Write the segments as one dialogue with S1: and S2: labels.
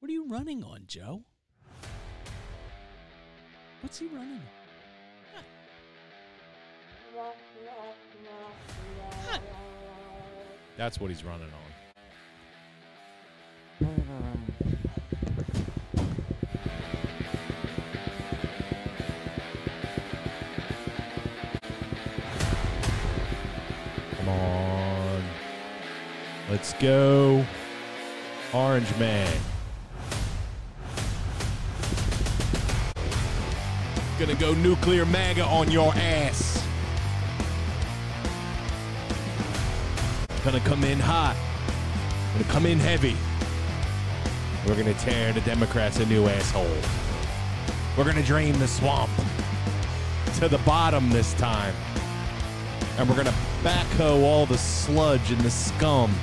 S1: What are you running on, Joe? What's he running? Huh. Huh.
S2: That's what he's running on. Come on. Let's go. Orange Man. Gonna go nuclear MAGA on your ass. Gonna come in hot. Gonna come in heavy. We're gonna tear the Democrats a new asshole. We're gonna drain the swamp to the bottom this time. And we're gonna backhoe all the sludge and the scum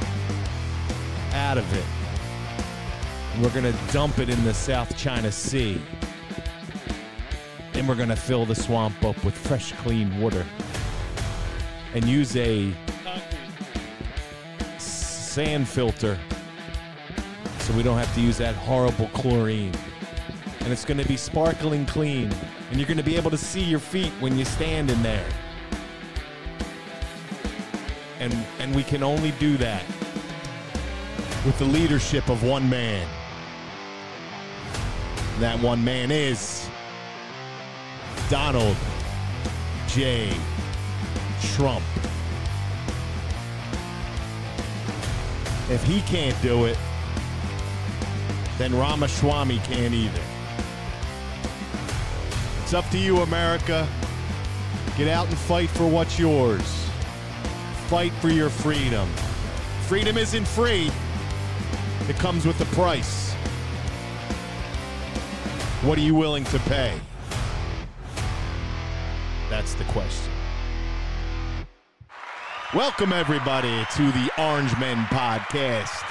S2: out of it. And we're gonna dump it in the South China Sea. And we're gonna fill the swamp up with fresh, clean water. And use a sand filter so we don't have to use that horrible chlorine. And it's going to be sparkling clean, and you're going to be able to see your feet when you stand in there. And and we can only do that with the leadership of one man. That one man is Donald J. Trump. If he can't do it, then Ramaswamy can't either. It's up to you, America. Get out and fight for what's yours. Fight for your freedom. Freedom isn't free, it comes with a price. What are you willing to pay? That's the question. Welcome, everybody, to the Orange Men Podcast.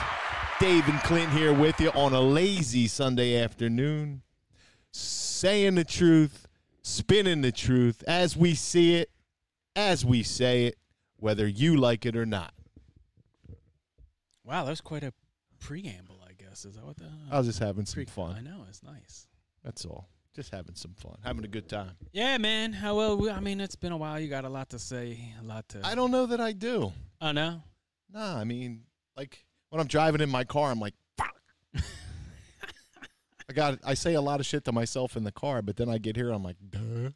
S2: Dave and Clint here with you on a lazy Sunday afternoon, saying the truth, spinning the truth as we see it, as we say it, whether you like it or not.
S1: Wow, that was quite a preamble, I guess. Is that what the
S2: I was just having some
S1: I
S2: Oh, fun.
S1: know, it's nice.
S2: That's all. Just having some fun, having a good time.
S1: Yeah, man. How well? we- I mean, it's been a while. You got a lot to say, a lot to.
S2: I don't know that I do.
S1: oh no.
S2: Nah, I mean, like when I'm driving in my car, I'm like, fuck. I got. I say a lot of shit to myself in the car, but then I get here, I'm like, duh.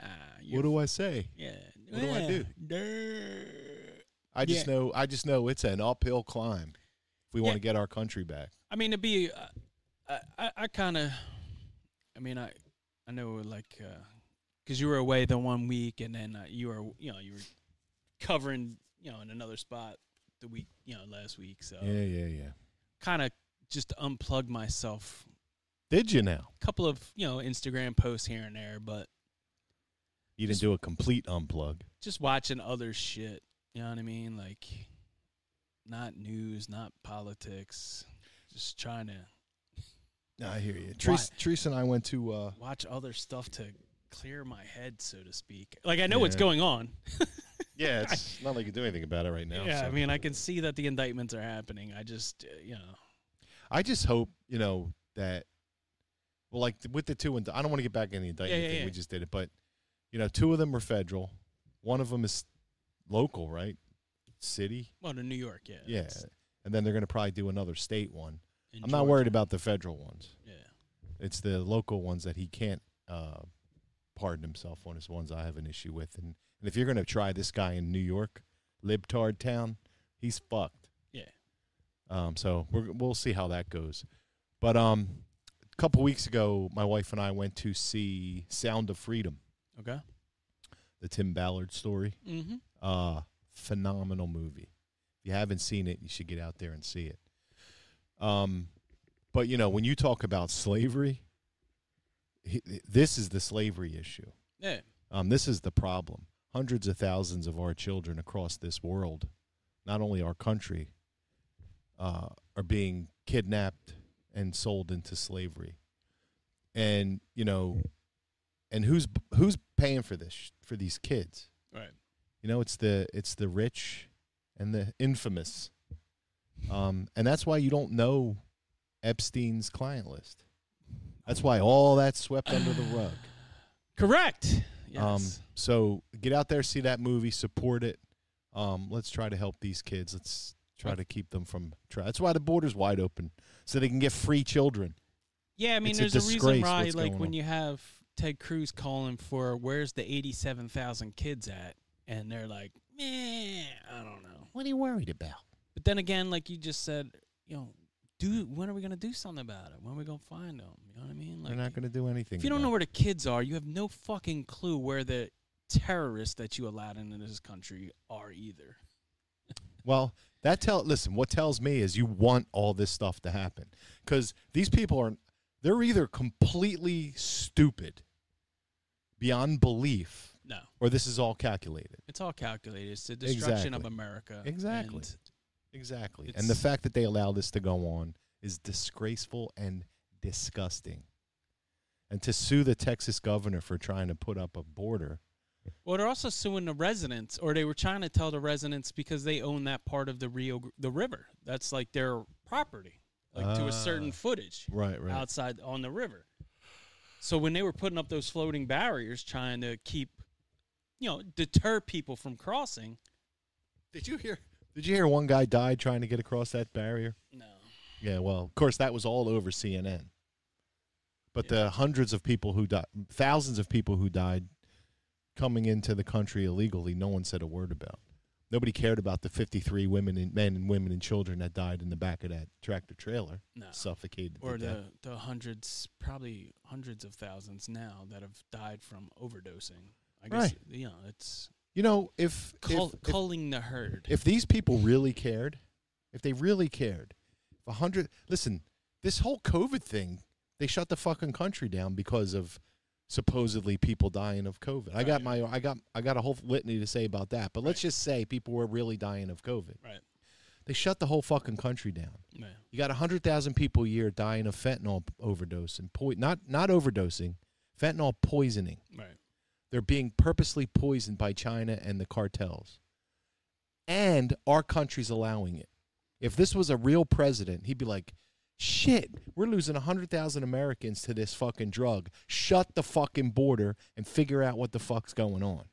S1: Ah,
S2: What
S1: you-
S2: do I say?
S1: yeah.
S2: what do I do?
S1: do?
S2: I just
S1: Yeah.
S2: know. I just know it's an uphill climb if we want
S1: Yeah.
S2: to get our country back.
S1: I mean, to be, uh, I, I, I kind of, I mean, I, I know like, uh 'cause you were away the one week, and then uh, you were, you know, you were covering, you know, in another spot the week, you know, last week. So
S2: Yeah, yeah, yeah.
S1: kind of just unplugged myself.
S2: Did you now?
S1: A couple of you know Instagram posts here and there, but
S2: You didn't do a complete unplug.
S1: just watching other shit. You know what I mean? Like, not news, not politics. Just trying to
S2: I hear you. Treese, Treese and I went to. uh
S1: watch other stuff to clear my head, so to speak. Like I know what's
S2: Yeah.
S1: going on.
S2: Yeah, it's not like you can do anything about it right now.
S1: yeah,
S2: so.
S1: I mean I can see that the indictments are happening. I just uh, you know
S2: I just hope you know that. Well, like with the two, and I don't want to get back in the indictment
S1: Yeah, yeah,
S2: thing.
S1: yeah.
S2: We just did it, but you know, two of them are federal. One of them is local, right? City,
S1: well to New York, yeah.
S2: yeah.
S1: it's
S2: And then they're going to probably do another state one.
S1: in
S2: I'm not
S1: Georgia.
S2: worried about the federal ones.
S1: Yeah.
S2: It's the local ones that he can't uh, pardon himself on. Is the ones I have an issue with. And, and if you're going to try this guy in New York, libtard town, he's fucked.
S1: Yeah.
S2: Um, so we're, we'll see how that goes. But um, a couple weeks ago, my wife and I went to see Sound of Freedom,
S1: Okay.
S2: the Tim Ballard story.
S1: Mm-hmm.
S2: Uh, phenomenal movie. If you haven't seen it, you should get out there and see it. Um, but you know, when you talk about slavery, he- this is the slavery issue.
S1: Yeah.
S2: Um, this is the problem. Hundreds of thousands of our children across this world, not only our country, uh, are being kidnapped and sold into slavery. And you know, and who's who's paying for this sh- for these kids?
S1: Right.
S2: You know, it's the it's the rich and the infamous, um, and that's why you don't know Epstein's client list. That's why all that's swept under the rug.
S1: Correct. Yes.
S2: Um, so get out there, see that movie, support it. Um, let's try to help these kids. Let's try to keep them from. Try. That's why the border's wide open, so they can get free children.
S1: yeah, I mean,
S2: it's a
S1: there's a, reason
S2: disgrace
S1: why,
S2: what's
S1: like,
S2: going
S1: when
S2: on.
S1: you have Ted Cruz calling for where's the 87,000 kids at, and they're like, meh, I don't know.
S2: What are you worried about?
S1: But then again, like you just said, you know, do when are we going to do something about it? When are we going to find them? You know what I mean?
S2: They're not going to do anything.
S1: If you don't know
S2: about
S1: where the kids are, you have no fucking clue where the terrorists that you allowed into this country are either.
S2: it. well, that tell. Listen, what tells me is you want all this stuff to happen because these people are. They're either completely stupid, beyond belief,
S1: No,
S2: or this is all calculated.
S1: it's all calculated. It's the destruction of
S2: Exactly.
S1: America.
S2: Exactly.
S1: and
S2: Exactly.
S1: It's-
S2: and the fact that they allow this to go on is disgraceful and disgusting. And to sue the Texas governor for trying to put up a border.
S1: Well, they're also suing the residents, or they were trying to tell the residents because they own that part of the Rio, Gr- the river. That's like their property, like to a certain
S2: Ah.
S1: footage
S2: Right, right.
S1: outside on the river. So when they were putting up those floating barriers, trying to keep, you know, deter people from crossing.
S2: Did you hear Did you hear one guy died trying to get across that barrier?
S1: No.
S2: Yeah, well, of course that was all over CNN. But the hundreds of people who died, thousands of people who died coming into the country illegally, no one said a word about. Nobody cared about the 53 women and men and women and children that died in the back of that tractor trailer.
S1: No.
S2: suffocated to
S1: or
S2: death.
S1: the, the hundreds, probably hundreds of thousands now that have died from overdosing. I guess,
S2: Right.
S1: you know, it's
S2: you know if if-
S1: cull-
S2: if,
S1: culling the herd.
S2: if these people really cared if they really cared if a hundred listen this whole covid thing they shut the fucking country down because of supposedly people dying of covid i got my i got i got a whole litany to say about that but let's
S1: Right.
S2: just say people were really dying of covid
S1: right.
S2: they shut the whole fucking country down
S1: Yeah.
S2: you got 100,000 people a year dying of fentanyl overdose and po- not not overdosing fentanyl poisoning
S1: Right.
S2: They're being purposely poisoned by China and the cartels. And our country's allowing it. If this was a real president, he'd be like, shit, we're losing 100,000 Americans to this fucking drug. Shut the fucking border and figure out what the fuck's going on.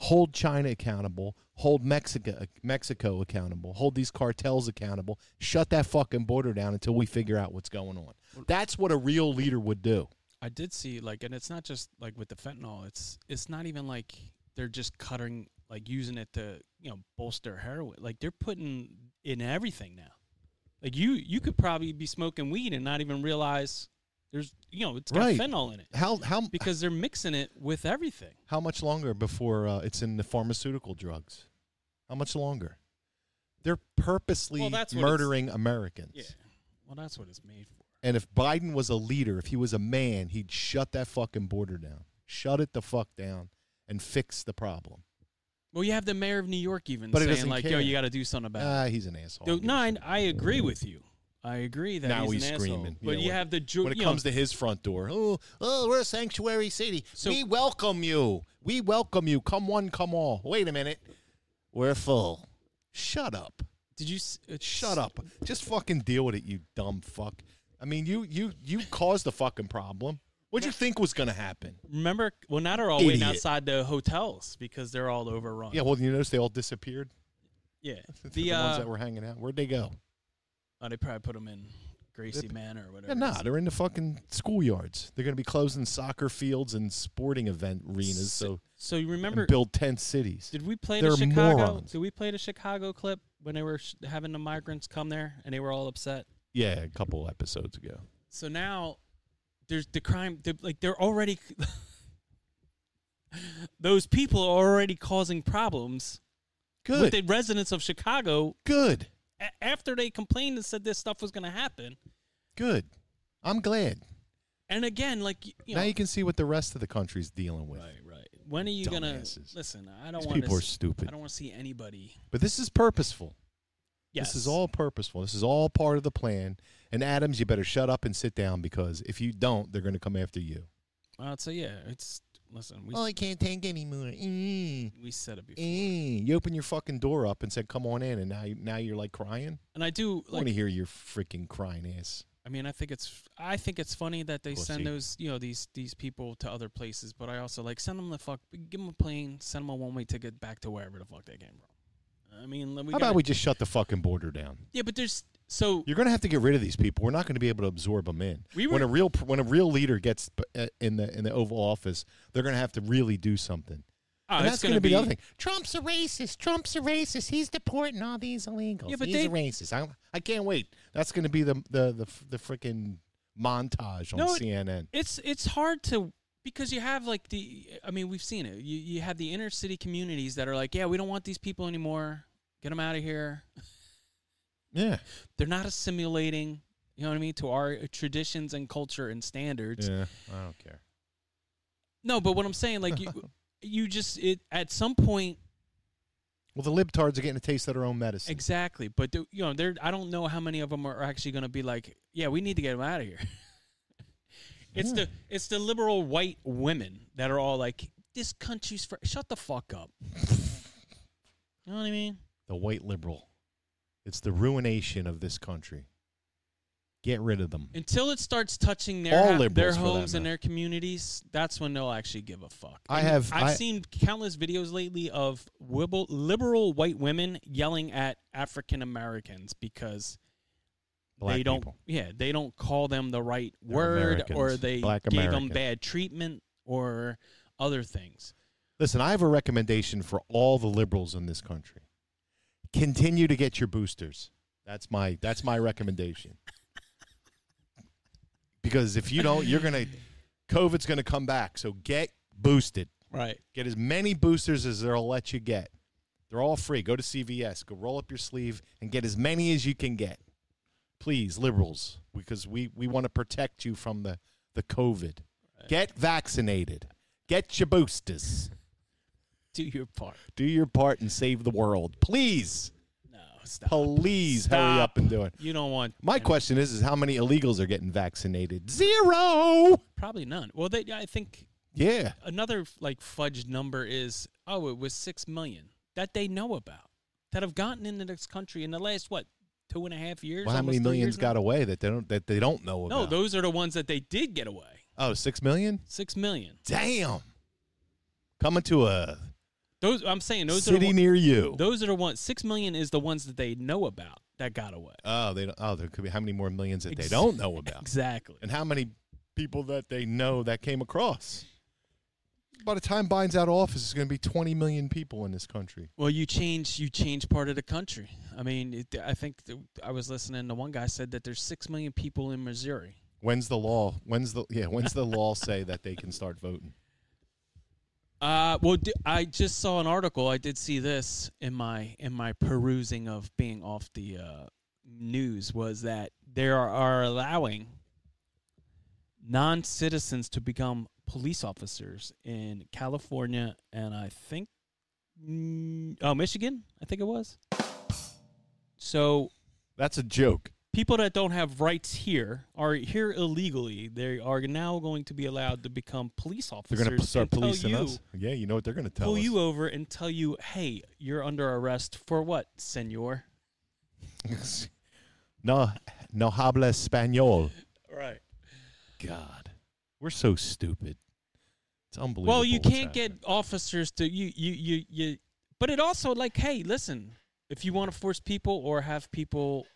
S2: Hold China accountable. Hold Mexico, uh, Mexico accountable. Hold these cartels accountable. Shut that fucking border down until we figure out what's going on. That's what a real leader would do.
S1: I did see like, and it's not just like with the fentanyl. It's it's not even like they're just cutting, like using it to you know bolster heroin. Like they're putting in everything now. Like you you could probably be smoking weed and not even realize there's you know it's got
S2: Right.
S1: fentanyl in it
S2: How how
S1: because they're mixing it with everything.
S2: How much longer before uh, it's in the pharmaceutical drugs? How much longer? They're purposely
S1: Well, that's what it's-
S2: murdering Americans.
S1: Well, that's what it's made for.
S2: And if Biden was a leader, if he was a man, he'd shut that fucking border down. Shut it the fuck down and fix the problem.
S1: Well, you have the mayor of New York even
S2: But he
S1: saying
S2: doesn't
S1: like, "Yo,
S2: care.
S1: you got to do something about it."
S2: Ah, he's an asshole.
S1: Dude, no, I, I agree with you. I agree that
S2: Now
S1: he's,
S2: he's
S1: an
S2: screaming.
S1: Asshole. But
S2: Yeah,
S1: you
S2: when-
S1: have the ju-
S2: when it
S1: you know,
S2: comes to his front door, oh, oh, we're a sanctuary city.
S1: So-
S2: we welcome you. We welcome you. Come one, come all. Wait a minute. We're full. Shut up.
S1: did you s- uh,
S2: Shut up. Just fucking deal with it, you dumb fuck. I mean, you you you caused the fucking problem. What'd you think was gonna happen?
S1: Remember, well, now they're all waiting
S2: Idiot.
S1: outside the hotels because they're all overrun.
S2: Yeah, well, you notice they all disappeared.
S1: yeah. The,
S2: The, ones
S1: uh,
S2: that were hanging out, where'd they go?
S1: oh, they probably put them in Gracie Manor or
S2: Yeah,
S1: whatever.
S2: nah, they're in the fucking schoolyards. They're gonna be closing soccer fields and sporting event arenas, so
S1: So you
S2: and
S1: remember?
S2: build tent cities.
S1: Did we play
S2: They're
S1: the Chicago?
S2: morons.
S1: Did we play the Chicago clip when they were sh- having the migrants come there and they were all upset?
S2: Yeah, a couple episodes ago.
S1: So now there's the crime. They're, like they're already those people are already causing problems with
S2: Good,
S1: the residents of Chicago
S2: good,
S1: a- after they complained and said this stuff was going to happen.
S2: good. I'm glad.
S1: And again, like y- you know,
S2: now you can see what the rest of the country's dealing with.
S1: Right, right. When are you gonna
S2: Dumbasses.
S1: listen? I don't
S2: These
S1: want
S2: people are stupid.
S1: I don't want to see anybody.
S2: But this is purposeful.
S1: Yes,
S2: This is all purposeful. This is all part of the plan. And Adams, you better shut up and sit down because if you don't, they're going to come after you.
S1: Uh, so yeah, it's listen. We
S2: Oh, I can't take anymore. Mm,
S1: we said it before,
S2: mm. You open your fucking door up and said, "Come on in," and now you, now you're like crying.
S1: and I do
S2: I want
S1: like
S2: to hear your freaking crying ass.
S1: I mean, I think it's I think it's funny that they
S3: Pussy.
S1: send those you know these these people to other places, but I also like send them the fuck, give them a plane, send them a one way ticket back to wherever the fuck they came from. I mean, we
S2: How
S1: gotta-
S2: about we just shut the fucking border down?
S1: yeah, but there's so
S2: You're going to have to get rid of these people. We're not going to be able to absorb them in.
S1: We
S2: when
S1: were-
S2: a real pr- when a real leader gets p- uh, in the in the Oval Office, they're going to have to really do something.
S1: oh,
S2: and
S1: it's
S2: that's
S1: gonna
S2: going to be the other thing. Trump's a racist. Trump's a racist. He's deporting all these illegals.
S1: Yeah, but
S2: He's
S1: they-
S2: a racist. I I can't wait. That's going to be the the the, f- the freaking montage on
S1: No, it-
S2: CNN.
S1: It's it's hard to because you have like the I mean we've seen it. You you have the inner city communities that are like, yeah, we don't want these people anymore. Get them out of here.
S2: Yeah.
S1: They're not assimilating. You know what I mean to our traditions and culture and standards.
S2: Yeah. I don't care.
S1: No, but what I'm saying, like you, you just it at some point
S2: Well, the libtards are getting a taste of their own medicine.
S1: exactly. But do- you know, there I don't know how many of them are actually going to be like, yeah, we need to get them out of here. it's the it's the liberal white women that are all like, this country's for shut the fuck up. you know what I mean?
S2: the white liberal. It's the ruination of this country. Get rid of them.
S1: Until it starts touching their
S2: All
S1: ha-
S2: liberals
S1: their
S2: for that
S1: homes and
S2: matter.
S1: their communities, that's when they'll actually give a fuck.
S2: I
S1: And
S2: have-
S1: I've
S2: I-
S1: seen countless videos lately of wibble, liberal white women yelling at African Americans because
S2: Black
S1: they don't
S2: people.
S1: yeah they don't call them the right
S2: They're
S1: word or
S2: Americans.
S1: they
S2: Black
S1: gave them
S2: Americans.
S1: bad treatment or other things.
S2: Listen, I have a recommendation for all the liberals in this country. Continue to get your boosters. That's my that's my recommendation. Because if you don't, you're gonna COVID's gonna come back. So get boosted.
S1: Right.
S2: Get as many boosters as they'll let you get. They're all free. Go to CVS. Go roll up your sleeve and get as many as you can get. Please, liberals, because we, we want to protect you from the, the COVID. Get vaccinated. Get your boosters.
S1: Do your part.
S2: Do your part and save the world. Please,
S1: No, stop.
S2: please hurry
S1: Stop.
S2: up and do it.
S1: You don't want
S2: My question is, is how many illegals are getting vaccinated? Zero.
S1: probably none. Well, they, I think
S2: Yeah.
S1: another like fudged number is oh it was six million that they know about that have gotten into this country in the last what two and a half years.
S2: Well, how
S1: almost
S2: many
S1: three
S2: millions
S1: years now?
S2: got away that they don't that they don't know
S1: No,
S2: about?
S1: those are the ones that they did get away.
S2: oh, six million.
S1: Six million.
S2: Damn. Coming to a
S1: Those I'm saying those are the
S2: city
S1: one-
S2: near you.
S1: Those are the ones. Six million is the ones that they know about that got away.
S2: oh, they don't, oh, there could be how many more millions that they
S1: Ex-
S2: don't know about,
S1: Exactly.
S2: and how many people that they know that came across. By the time Biden's out of office, it's going to be 20 million people in this country.
S1: Well, you change you change part of the country. I mean, it, I think th- I was listening to one guy said that there's six million people in Missouri.
S2: When's the law? When's the yeah? When's the law say that they can start voting?
S1: Uh, well, d- I just saw an article. I did see this in my in my perusing of being off the uh, news was that they are, are allowing non citizens to become police officers in California and I think mm, oh Michigan, I think it was. So
S2: That's a joke.
S1: people that don't have rights here are here illegally. They are now going to be allowed to become police
S2: They're
S1: officers.
S2: going to start
S1: and tell
S2: policing
S1: you
S2: us. Yeah, you know what they're going to tell
S1: pull
S2: us.
S1: you over and tell you, "Hey, you're under arrest for what, senor?"
S2: no, no habla español.
S1: Right.
S2: God, we're so stupid. It's unbelievable.
S1: Well, you
S2: what's
S1: can't
S2: happening.
S1: get officers to you, you, you, you. But it also like, hey, listen, if you want to force people or have people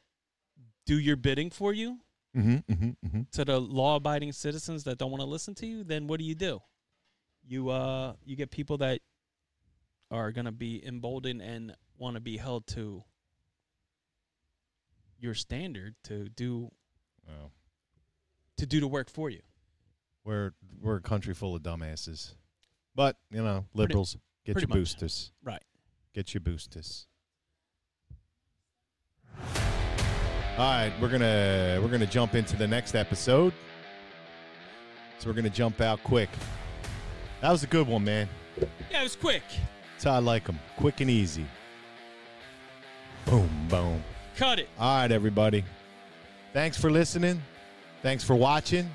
S1: do your bidding for you
S2: Mm-hmm, mm-hmm, mm-hmm.
S1: to the law-abiding citizens that don't want to listen to you, then what do you do? You uh, you get people that are gonna be emboldened and want to be held to your standard to do
S2: Oh,
S1: to do the work for you.
S2: we're we're a country full of dumbasses, but you know, liberals get
S1: pretty
S2: your
S1: much.
S2: boosters.
S1: Right.
S2: Get your boosters. All right, we're gonna we're gonna jump into the next episode. So we're gonna jump out quick. That was a good one, man.
S1: Yeah, it was quick.
S2: That's how I like them, quick and easy. Boom, boom.
S1: Cut it.
S2: All right, everybody. Thanks for listening. Thanks for watching.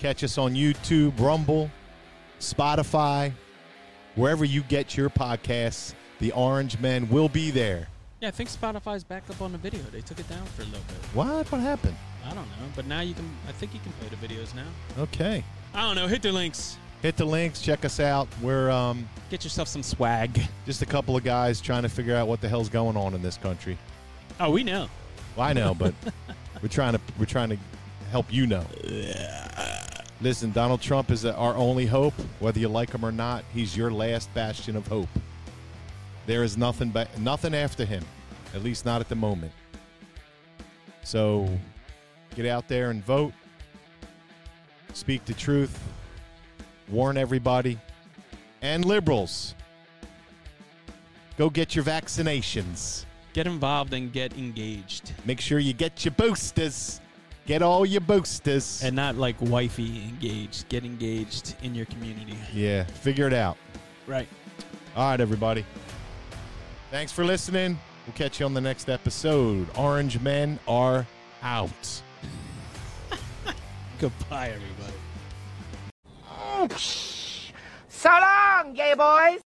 S2: Catch us on YouTube, Rumble, Spotify, wherever you get your podcasts. The Orange Men will be there.
S1: Yeah, I think Spotify's back up on the video. They took it down for a little bit.
S2: What? What happened?
S1: I don't know, but now you can. I think you can play the videos now.
S2: Okay.
S1: I don't know. Hit the links.
S2: Hit the links. Check us out. We're um,
S1: Get yourself some swag.
S2: just a couple of guys trying to figure out what the hell's going on in this country.
S1: Oh, we know.
S2: Well, I know, but we're trying to we're trying to help you know. Listen, Donald Trump is our only hope. Whether you like him or not, he's your last bastion of hope. There is nothing ba- nothing after him, at least not at the moment. So, get out there and vote. Speak the truth. Warn everybody and liberals. Go get your vaccinations
S1: Get involved and get engaged,
S2: make sure you get your boosters. Get all your boosters.
S1: and not like wifey engaged. Get engaged in your community.
S2: yeah, figure it out.
S1: Right.
S2: All right, everybody. Thanks for listening. We'll catch you on the next episode. Orange men are out.
S1: Goodbye, everybody.
S4: So long, gay boys!